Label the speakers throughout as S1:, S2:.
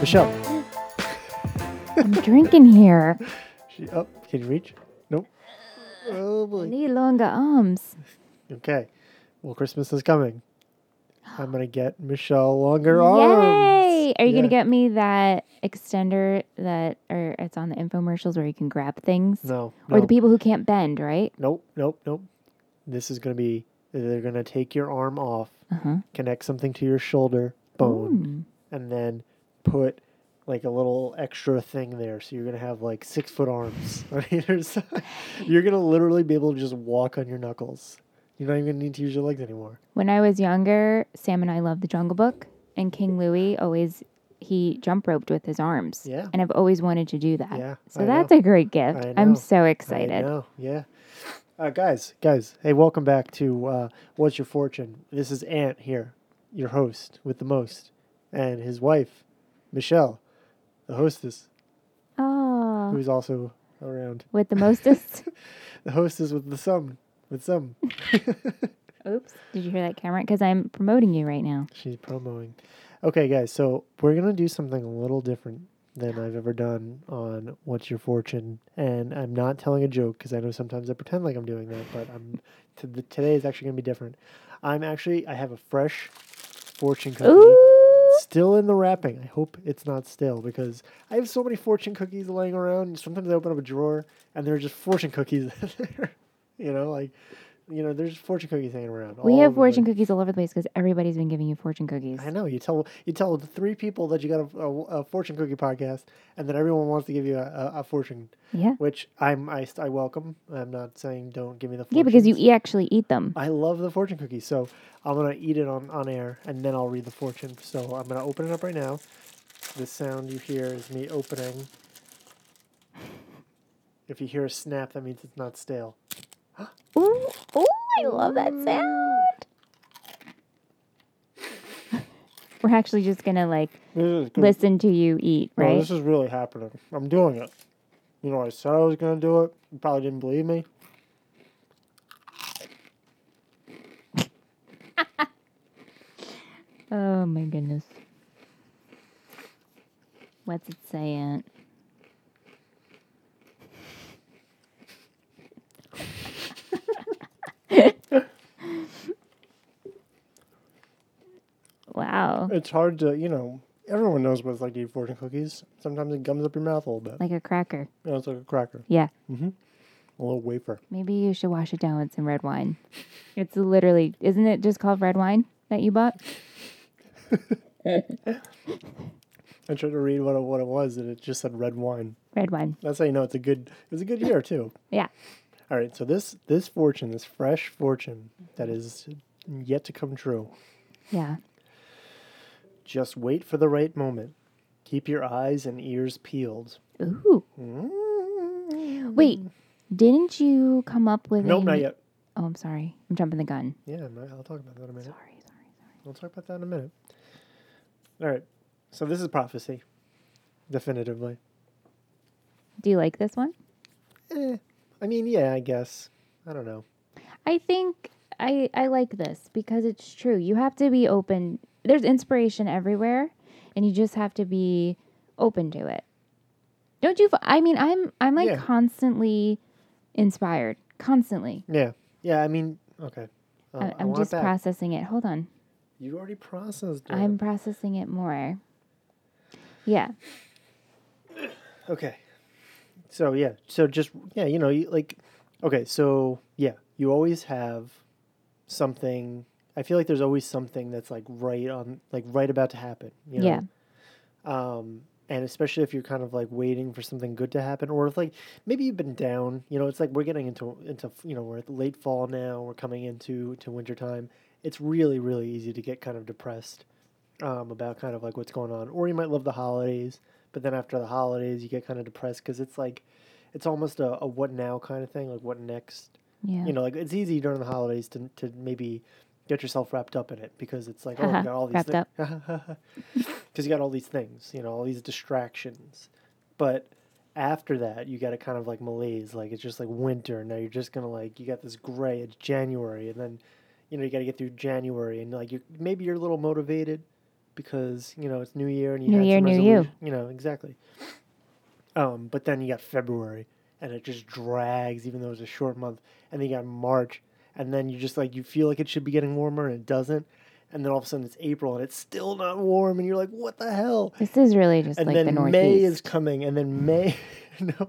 S1: Michelle.
S2: I'm drinking here.
S1: She, oh, can you reach? Nope. Oh
S2: I
S1: boy.
S2: need longer arms.
S1: Okay. Well, Christmas is coming. I'm gonna get Michelle longer arms.
S2: Yay! Are you
S1: Yeah.
S2: gonna get me that extender that, or it's on the infomercials where you can grab things,
S1: No.
S2: or
S1: no.
S2: the people who can't bend, right?
S1: Nope, nope, nope. This is going to be they're going to take your arm off,
S2: Uh-huh.
S1: connect something to your shoulder bone, and then put like a little extra thing there. So you're going to have like six foot arms on either side. You're going to literally be able to just walk on your knuckles. You're not even going to need to use your legs anymore.
S2: When I was younger, Sam and I loved the Jungle Book, and King Louie always he jump roped with his arms.
S1: Yeah.
S2: And I've always wanted to do that.
S1: Yeah,
S2: So
S1: I know.
S2: that's a great gift.
S1: I know.
S2: I'm so
S1: I
S2: excited.
S1: know, yeah. Uh, guys, guys, hey, welcome back to uh, What's Your Fortune? This is Ant here, your host with the most, and his wife, Michelle, the hostess.
S2: Oh,
S1: who's also around.
S2: with the mostest.
S1: The hostess with the sum, with some.
S2: Oops. Did you hear that, Cameron? Because I'm promoting you right now.
S1: She's promoing. Okay, guys, so we're gonna do something a little different than I've ever done on What's Your Fortune, and I'm not telling a joke because I know sometimes I pretend like I'm doing that, but I'm t- the, today is actually gonna be different. I'm actually I have a fresh fortune cookie.
S2: Ooh.
S1: Still in the wrapping. I hope it's not stale because I have so many fortune cookies laying around. Sometimes I open up a drawer and there are just fortune cookies in there. you know, like, you know, there's fortune cookies hanging around.
S2: We
S1: all over the
S2: have
S1: place.
S2: fortune cookies all over the place because everybody's been giving you fortune cookies.
S1: I know you tell you tell the three people that you got a, a, a fortune cookie podcast, and then everyone wants to give you a, a, a fortune,
S2: Yeah.
S1: which I'm I, st- I welcome. I'm not saying don't give me the fortune.
S2: Yeah, because you e- actually eat them.
S1: I love the fortune cookie, so I'm gonna eat it on on air, and then I'll read the fortune. So I'm gonna open it up right now. The sound you hear is me opening. If you hear a snap, that means it's not stale.
S2: Ooh, ooh, I love that sound. We're actually just gonna like
S1: This is good.
S2: listen to you eat,
S1: No,
S2: right?
S1: Hmm. this is really happening. I'm doing it. You know, I said I was going to do it. You probably didn't believe me.
S2: Oh my goodness. What's it saying? wow.
S1: It's hard to, you know, everyone knows what it's like to eat fortune cookies. Sometimes it gums up your mouth a little bit.
S2: Like a cracker.
S1: You know, it's like a cracker,
S2: Yeah.
S1: a little wafer.
S2: Maybe you should wash it down with some red wine. It's literally, isn't it just called red wine that you bought?
S1: I tried to read what it, what it was, and it just said red wine.
S2: Red wine.
S1: That's how you know it's a good it's a good year too.
S2: Yeah.
S1: All right, so this this fortune, this fresh fortune that is yet to come true.
S2: Yeah.
S1: Just wait for the right moment. Keep your eyes and ears peeled. Mm-hmm.
S2: Ooh. Wait, didn't you come up with
S1: Nope,
S2: a
S1: not
S2: new-
S1: yet.
S2: Oh, I'm sorry. I'm jumping the gun.
S1: Yeah, I'm not- I'll talk about that in a minute.
S2: Sorry, sorry, sorry.
S1: We'll talk about that in a minute. All right. So this is prophecy, definitively.
S2: Do you like this one?
S1: Eh, I mean, yeah, I guess. I don't know.
S2: I think I I like this because it's true. You have to be open. There's inspiration everywhere, and you just have to be open to it. Don't you? f- I mean, I'm I'm like
S1: Yeah.
S2: constantly inspired, constantly.
S1: Yeah, yeah. I mean, okay. Uh,
S2: I,
S1: I
S2: I'm
S1: want it
S2: just
S1: back.
S2: processing it. Hold on,
S1: You already processed it.
S2: I'm processing it more. Yeah,
S1: Okay. So yeah. So just yeah. You know, you, like, okay. So yeah, you always have something. I feel like there's always something that's like right on, like right about to happen. You know?
S2: yeah,
S1: um, and especially if you're kind of like waiting for something good to happen, or if like maybe you've been down, you know, it's like we're getting into into you know we're at late fall now, we're coming into to winter time. It's really really easy to get kind of depressed um, about kind of like what's going on, or you might love the holidays, but then after the holidays you get kind of depressed because it's like it's almost a, a what now kind of thing, like what next
S2: yeah,
S1: you know, like it's easy during the holidays to to maybe get yourself wrapped up in it because it's like, oh,
S2: Haha,
S1: you got all these
S2: wrapped
S1: things. Because you got all these things, you know, all these distractions. But after that, you got to kind of like malaise. Like it's just like winter. Now you're just gonna like you got this gray. It's January, and then you know you got to get through January, and like you maybe you're a little motivated, because you know it's New Year and you
S2: New
S1: had
S2: year,
S1: some
S2: new you.
S1: resolution. You know exactly. Um, but then you got February, and it just drags, even though it's a short month. And then you got March, and then you just like you feel like it should be getting warmer and it doesn't. And then all of a sudden it's April and it's still not warm, and you're like, what the hell?
S2: This is really just
S1: and
S2: like
S1: then
S2: the Northeast.
S1: May is coming, and then May, no,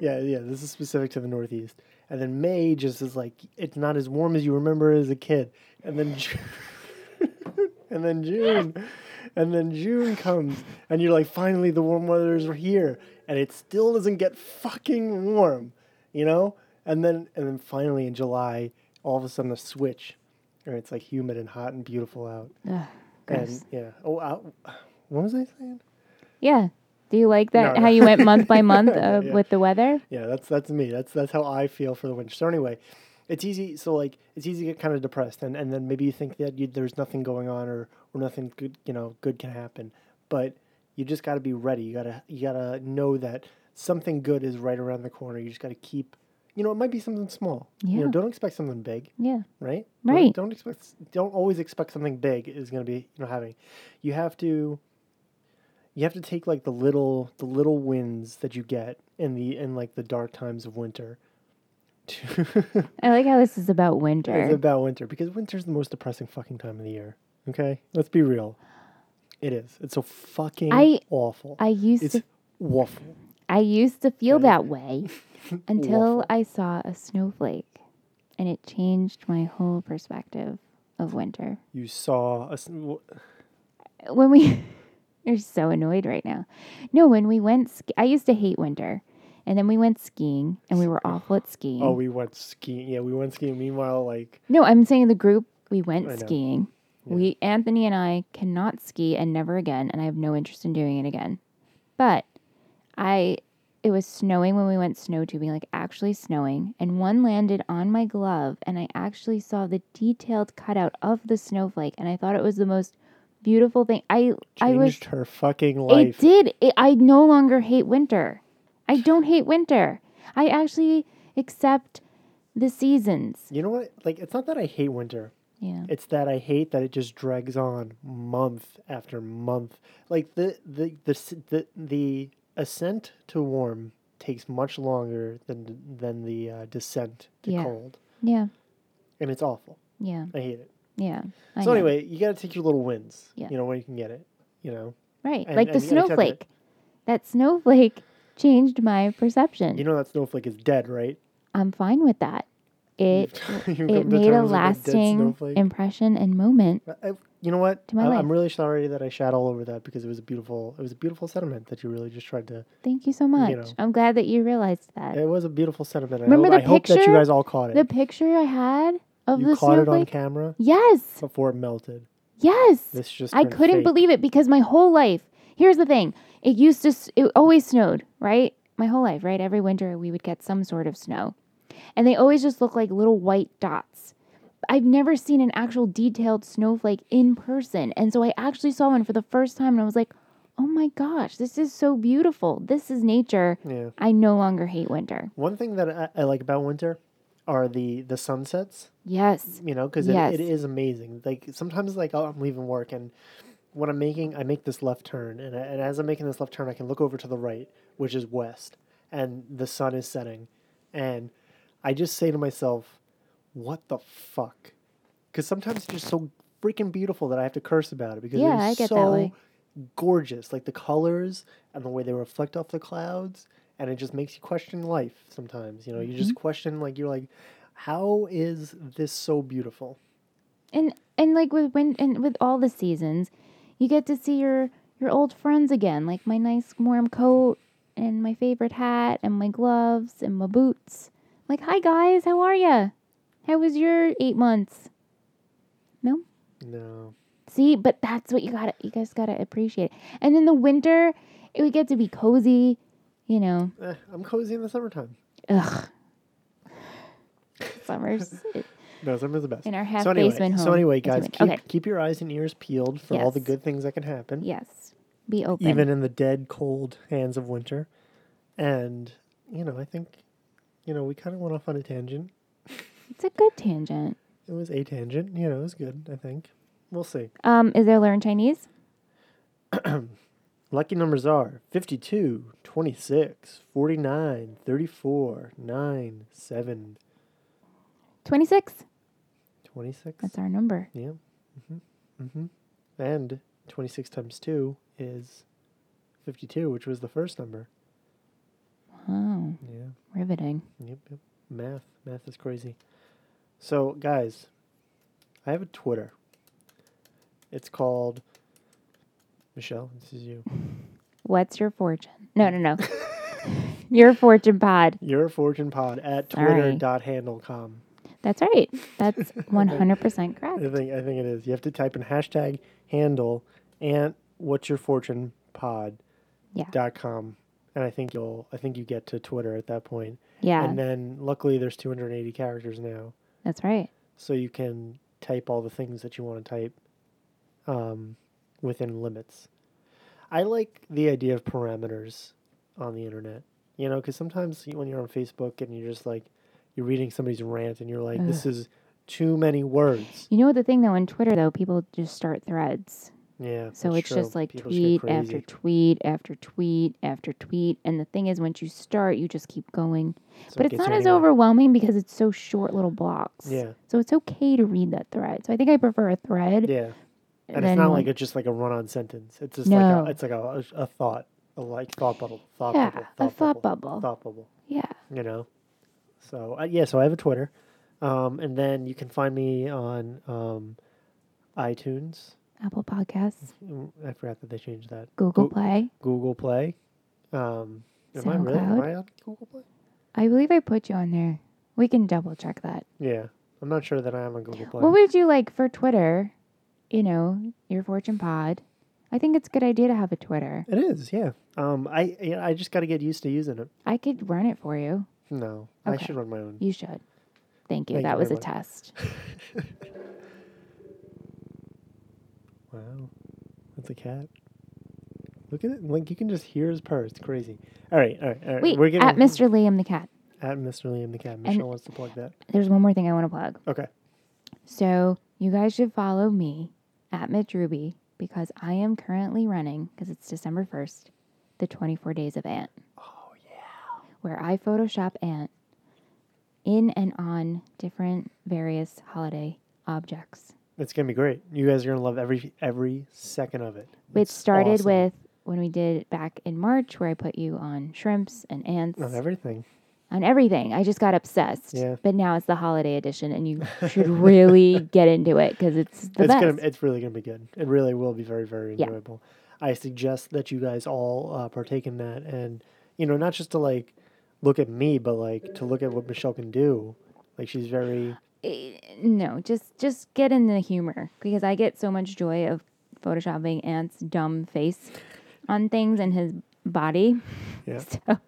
S1: yeah, yeah, this is specific to the Northeast. And then May just is like it's not as warm as you remember as a kid, and then June, and then June, and then June comes, and you're like, finally, the warm weather is here, and it still doesn't get fucking warm, you know. And then and then finally in July, all of a sudden a switch, and it's like humid and hot and beautiful out,
S2: Ugh, gross.
S1: and yeah, oh, I, what was I saying?
S2: yeah. Do you like that?
S1: No,
S2: How
S1: no.
S2: you went month by month uh,
S1: Yeah.
S2: with the weather?
S1: Yeah, that's that's me. That's that's how I feel for the winter. So anyway, it's easy. So like, it's easy to get kind of depressed, and, and then maybe you think that you, there's nothing going on or or nothing good, you know, good can happen. But you just got to be ready. You gotta you gotta know that something good is right around the corner. You just got to keep. You know, it might be something small. You
S2: Yeah.
S1: know, don't expect something big
S2: Yeah.
S1: right? Don't-
S2: Right.
S1: Don't, expect. Don't always expect something big is going to be you know having. You have to. You have to take like the little the little wins that you get in the in like the dark times of winter. To
S2: I like how this is about winter.
S1: it's about winter because winter's the most depressing fucking time of the year. Okay, let's be real. It is. It's so fucking
S2: I-
S1: awful.
S2: I used
S1: it's
S2: to
S1: awful.
S2: I used to feel
S1: Right.
S2: that way until
S1: Waffle.
S2: I saw a snowflake and it changed my whole perspective of winter.
S1: You saw us. w- oh,
S2: When we you're so annoyed right now. No, when we went ski- I used to hate winter. And then we went skiing and we were awful at skiing.
S1: Oh, we went skiing. Yeah, we went skiing. Meanwhile, like
S2: No, I'm saying the group we
S1: I know.
S2: went skiing. We Anthony and I cannot ski and never again, and I have no interest in doing it again. But I it was snowing when we went snow tubing, like actually snowing, and one landed on my glove and I actually saw the detailed cutout of the snowflake and I thought it was the most beautiful thing. I I was
S1: changed her fucking life.
S2: it did. It, I no longer hate winter. I don't hate winter. I actually accept the seasons.
S1: You know what? Like, it's not that I hate winter.
S2: Yeah.
S1: It's that I hate that it just drags on month after month. Like the the the s- the, the ascent to warm takes much longer than than the uh, descent to
S2: Yeah.
S1: cold,
S2: Yeah.
S1: and it's awful.
S2: Yeah.
S1: I hate it.
S2: Yeah. I
S1: so
S2: know.
S1: anyway, you got to take your little wins.
S2: Yeah.
S1: You know when you can get it. You know.
S2: right,
S1: and-
S2: like the
S1: and you gotta accept
S2: snowflake. That snowflake changed my perception.
S1: You know that snowflake is dead, right?
S2: I'm fine with that. It
S1: You've come to
S2: it made a
S1: terms with dead
S2: lasting
S1: snowflake.
S2: impression and moment.
S1: I, you know what?
S2: To my
S1: I,
S2: life.
S1: I'm really sorry that I shat all over that because it was a beautiful it was a beautiful sentiment that you really just tried to
S2: Thank you so much.
S1: know.
S2: I'm glad that you realized that.
S1: It was a beautiful sentiment. and
S2: Remember
S1: I, hope, I
S2: the
S1: hope that
S2: picture?
S1: you guys all caught
S2: The
S1: it.
S2: picture I had of
S1: you
S2: the
S1: caught it on
S2: snowflake.
S1: camera
S2: yes.
S1: before it melted.
S2: Yes.
S1: This just
S2: I
S1: been
S2: couldn't
S1: fake.
S2: believe it because my whole life, here's the thing. It used to, s- it always snowed, right? My whole life, right? Every winter we would get some sort of snow. And they always just look like little white dots. I've never seen an actual detailed snowflake in person. And so I actually saw one for the first time and I was like, oh my gosh, this is so beautiful. This is nature.
S1: Yeah.
S2: I no longer hate winter.
S1: One thing that I, I like about winter are the the sunsets.
S2: Yes.
S1: You know, because
S2: Yes.
S1: it, it is amazing. Like sometimes, like oh, I'm leaving work and when I'm making, I make this left turn, and, I- and as I'm making this left turn, I can look over to the right, which is west, and the sun is setting, and I just say to myself, "What the fuck." because sometimes it's just so freaking beautiful that I have to curse about it because
S2: Yeah, I
S1: it's
S2: get that
S1: so
S2: way.
S1: gorgeous, like the colors and the way they reflect off the clouds, and it just makes you question life sometimes. You know, you just
S2: Mm-hmm.
S1: question like you're like, how is this so beautiful?
S2: and and like with when and with all the seasons, you get to see your your old friends again. Like my nice warm coat and my favorite hat and my gloves and my boots. Like hi guys, how are ya? How was your eight months? No,
S1: No,
S2: see, but that's what you gotta you guys gotta appreciate. And in the winter, it would get to be cozy. You know,
S1: Eh, I'm cozy in the summertime.
S2: ugh. Summers it-
S1: No, summer's the best.
S2: in our half
S1: So anyway,
S2: basement home.
S1: so anyway,
S2: That's
S1: guys,
S2: what
S1: keep,
S2: I mean. okay,
S1: keep your eyes and ears peeled for all the
S2: Yes.
S1: good things that can happen.
S2: yes, be open.
S1: even in the dead cold hands of winter. And you know, I think you know, we kind of went off on a tangent.
S2: it's a good tangent.
S1: It was a tangent, you know, it was good, I think. We'll see.
S2: Um, is there learn Chinese?
S1: Lucky numbers are 52, 26, 49, 34, 9, 7,
S2: 26.
S1: 26.
S2: That's our number.
S1: Yeah. Mm-hmm. Mm-hmm. And 26 times 2 is 52, which was the first number.
S2: Oh,
S1: Yeah.
S2: riveting.
S1: Yep, yep. Math. Math is crazy. So, guys, I have a Twitter. It's called Michelle, this is you.
S2: What's your fortune? No, no, no. your fortune pod.
S1: Your fortune pod at
S2: Sorry.
S1: twitter.handlecom.
S2: That's right. That's 100%
S1: I
S2: correct.
S1: think I think it is. You have to type in hashtag handle and what's your fortune pod
S2: Yeah.
S1: dot com. And I think you'll I think you get to Twitter at that point.
S2: Yeah,
S1: And then luckily there's two hundred and eighty characters now.
S2: that's right.
S1: so you can type all the things that you want to type um, within limits. I like the idea of parameters on the internet, you know, because sometimes you- when you're on Facebook and you're just like, you're reading somebody's rant and you're like, this is too many words.
S2: You know what the thing though on Twitter though, people just start threads.
S1: Yeah.
S2: So
S1: that's
S2: it's just
S1: true.
S2: like
S1: People get
S2: tweet
S1: crazy.
S2: after tweet after tweet after tweet. And the thing is, once you start, you just keep going.
S1: So it
S2: but it's
S1: gets
S2: not
S1: you
S2: as
S1: anywhere.
S2: overwhelming because it's so short little blocks.
S1: Yeah.
S2: So it's okay to read that thread. So I think I prefer a thread.
S1: Yeah. And
S2: than
S1: it's not
S2: one-
S1: like it's just like a run on sentence. It's just like
S2: No.
S1: a, it's like a, a, a thought, a like thought bubble. Thought
S2: yeah,
S1: bubble,
S2: a thought bubble.
S1: Thought bubble.
S2: Yeah.
S1: you know. So uh, yeah, so I have a Twitter, um, and then you can find me on um, iTunes.
S2: Apple Podcasts,
S1: Mm, I forgot that they changed that.
S2: Google
S1: Goo-
S2: Play.
S1: Google Play. Um, am I really? Am
S2: SoundCloud.
S1: I on Google Play?
S2: I believe I put you on there. We can double check that.
S1: Yeah, I'm not sure that I am on Google Play.
S2: What would you like for Twitter? You know, your fortune pod. I think it's a good idea to have a Twitter.
S1: it is, yeah. Um, I yeah, I just got to get used to using it.
S2: I could run it for you.
S1: No, I
S2: Okay.
S1: should run my own.
S2: You should. Thank you.
S1: Thank
S2: that
S1: you
S2: was a
S1: very
S2: test.
S1: Wow, that's a cat. Look at it! Like you can just hear his purr. It's crazy. All right, all right, all right.
S2: Wait,
S1: We're getting
S2: at Mr. Liam the cat.
S1: at Mr. Liam the cat. Michelle wants to plug that.
S2: There's one more thing I want to plug.
S1: Okay.
S2: So you guys should follow me at Mitch Ruby because I am currently running because it's December first, the 24 days of Ant. Oh yeah. Where I Photoshop Ant in and on different various holiday objects.
S1: It's gonna be great. You guys are gonna love every every second of it.
S2: Which
S1: It's
S2: started
S1: awesome.
S2: with when we did it back in March, where I put you on shrimps and ants,
S1: on everything.
S2: on everything. I just got obsessed.
S1: Yeah.
S2: But now it's the holiday edition, and you should really get into it because it's the
S1: it's
S2: best.
S1: gonna it's really gonna be good. It really will be very very
S2: Yeah.
S1: enjoyable. I suggest that you guys all uh, partake in that, and you know not just to like look at me, but like to look at what Michelle can do. Like she's very
S2: Eh, no, just just get in the humor because I get so much joy of photoshopping Ant's dumb face on things and his body.
S1: yeah.
S2: So it's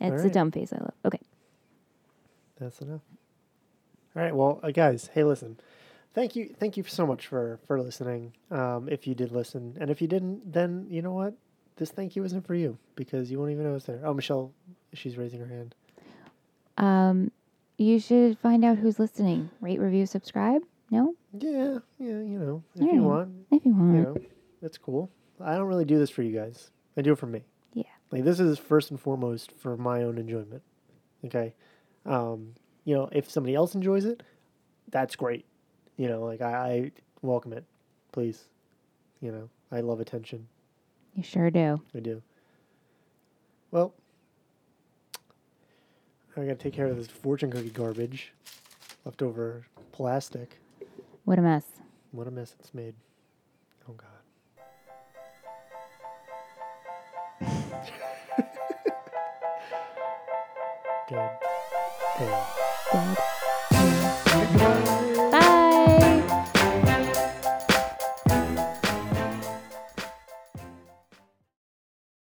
S2: a
S1: Alright.
S2: dumb face I love. Okay.
S1: That's enough. All right, well, uh, guys, hey, listen. Thank you, thank you so much for for listening. Um, if you did listen, and if you didn't, then you know what, this thank you isn't for you because you won't even know it's there. Oh, Michelle, she's raising her hand.
S2: Um, you should find out who's listening. Rate, review, subscribe. No,
S1: Yeah, yeah, you know, if you
S2: Alright.
S1: want,
S2: if you
S1: you
S2: want.
S1: know, that's cool. I don't really do this for you guys. I do it for me.
S2: Yeah.
S1: Like this is first and foremost for my own enjoyment. Okay. Um, you know, if somebody else enjoys it, that's great. You know, like I, I welcome it, please. You know, I love attention.
S2: You sure do.
S1: I do. Well, I gotta take care of this fortune cookie garbage, leftover plastic.
S2: What a mess.
S1: What a mess it's made. Oh God. Good. Hey.
S2: Dead.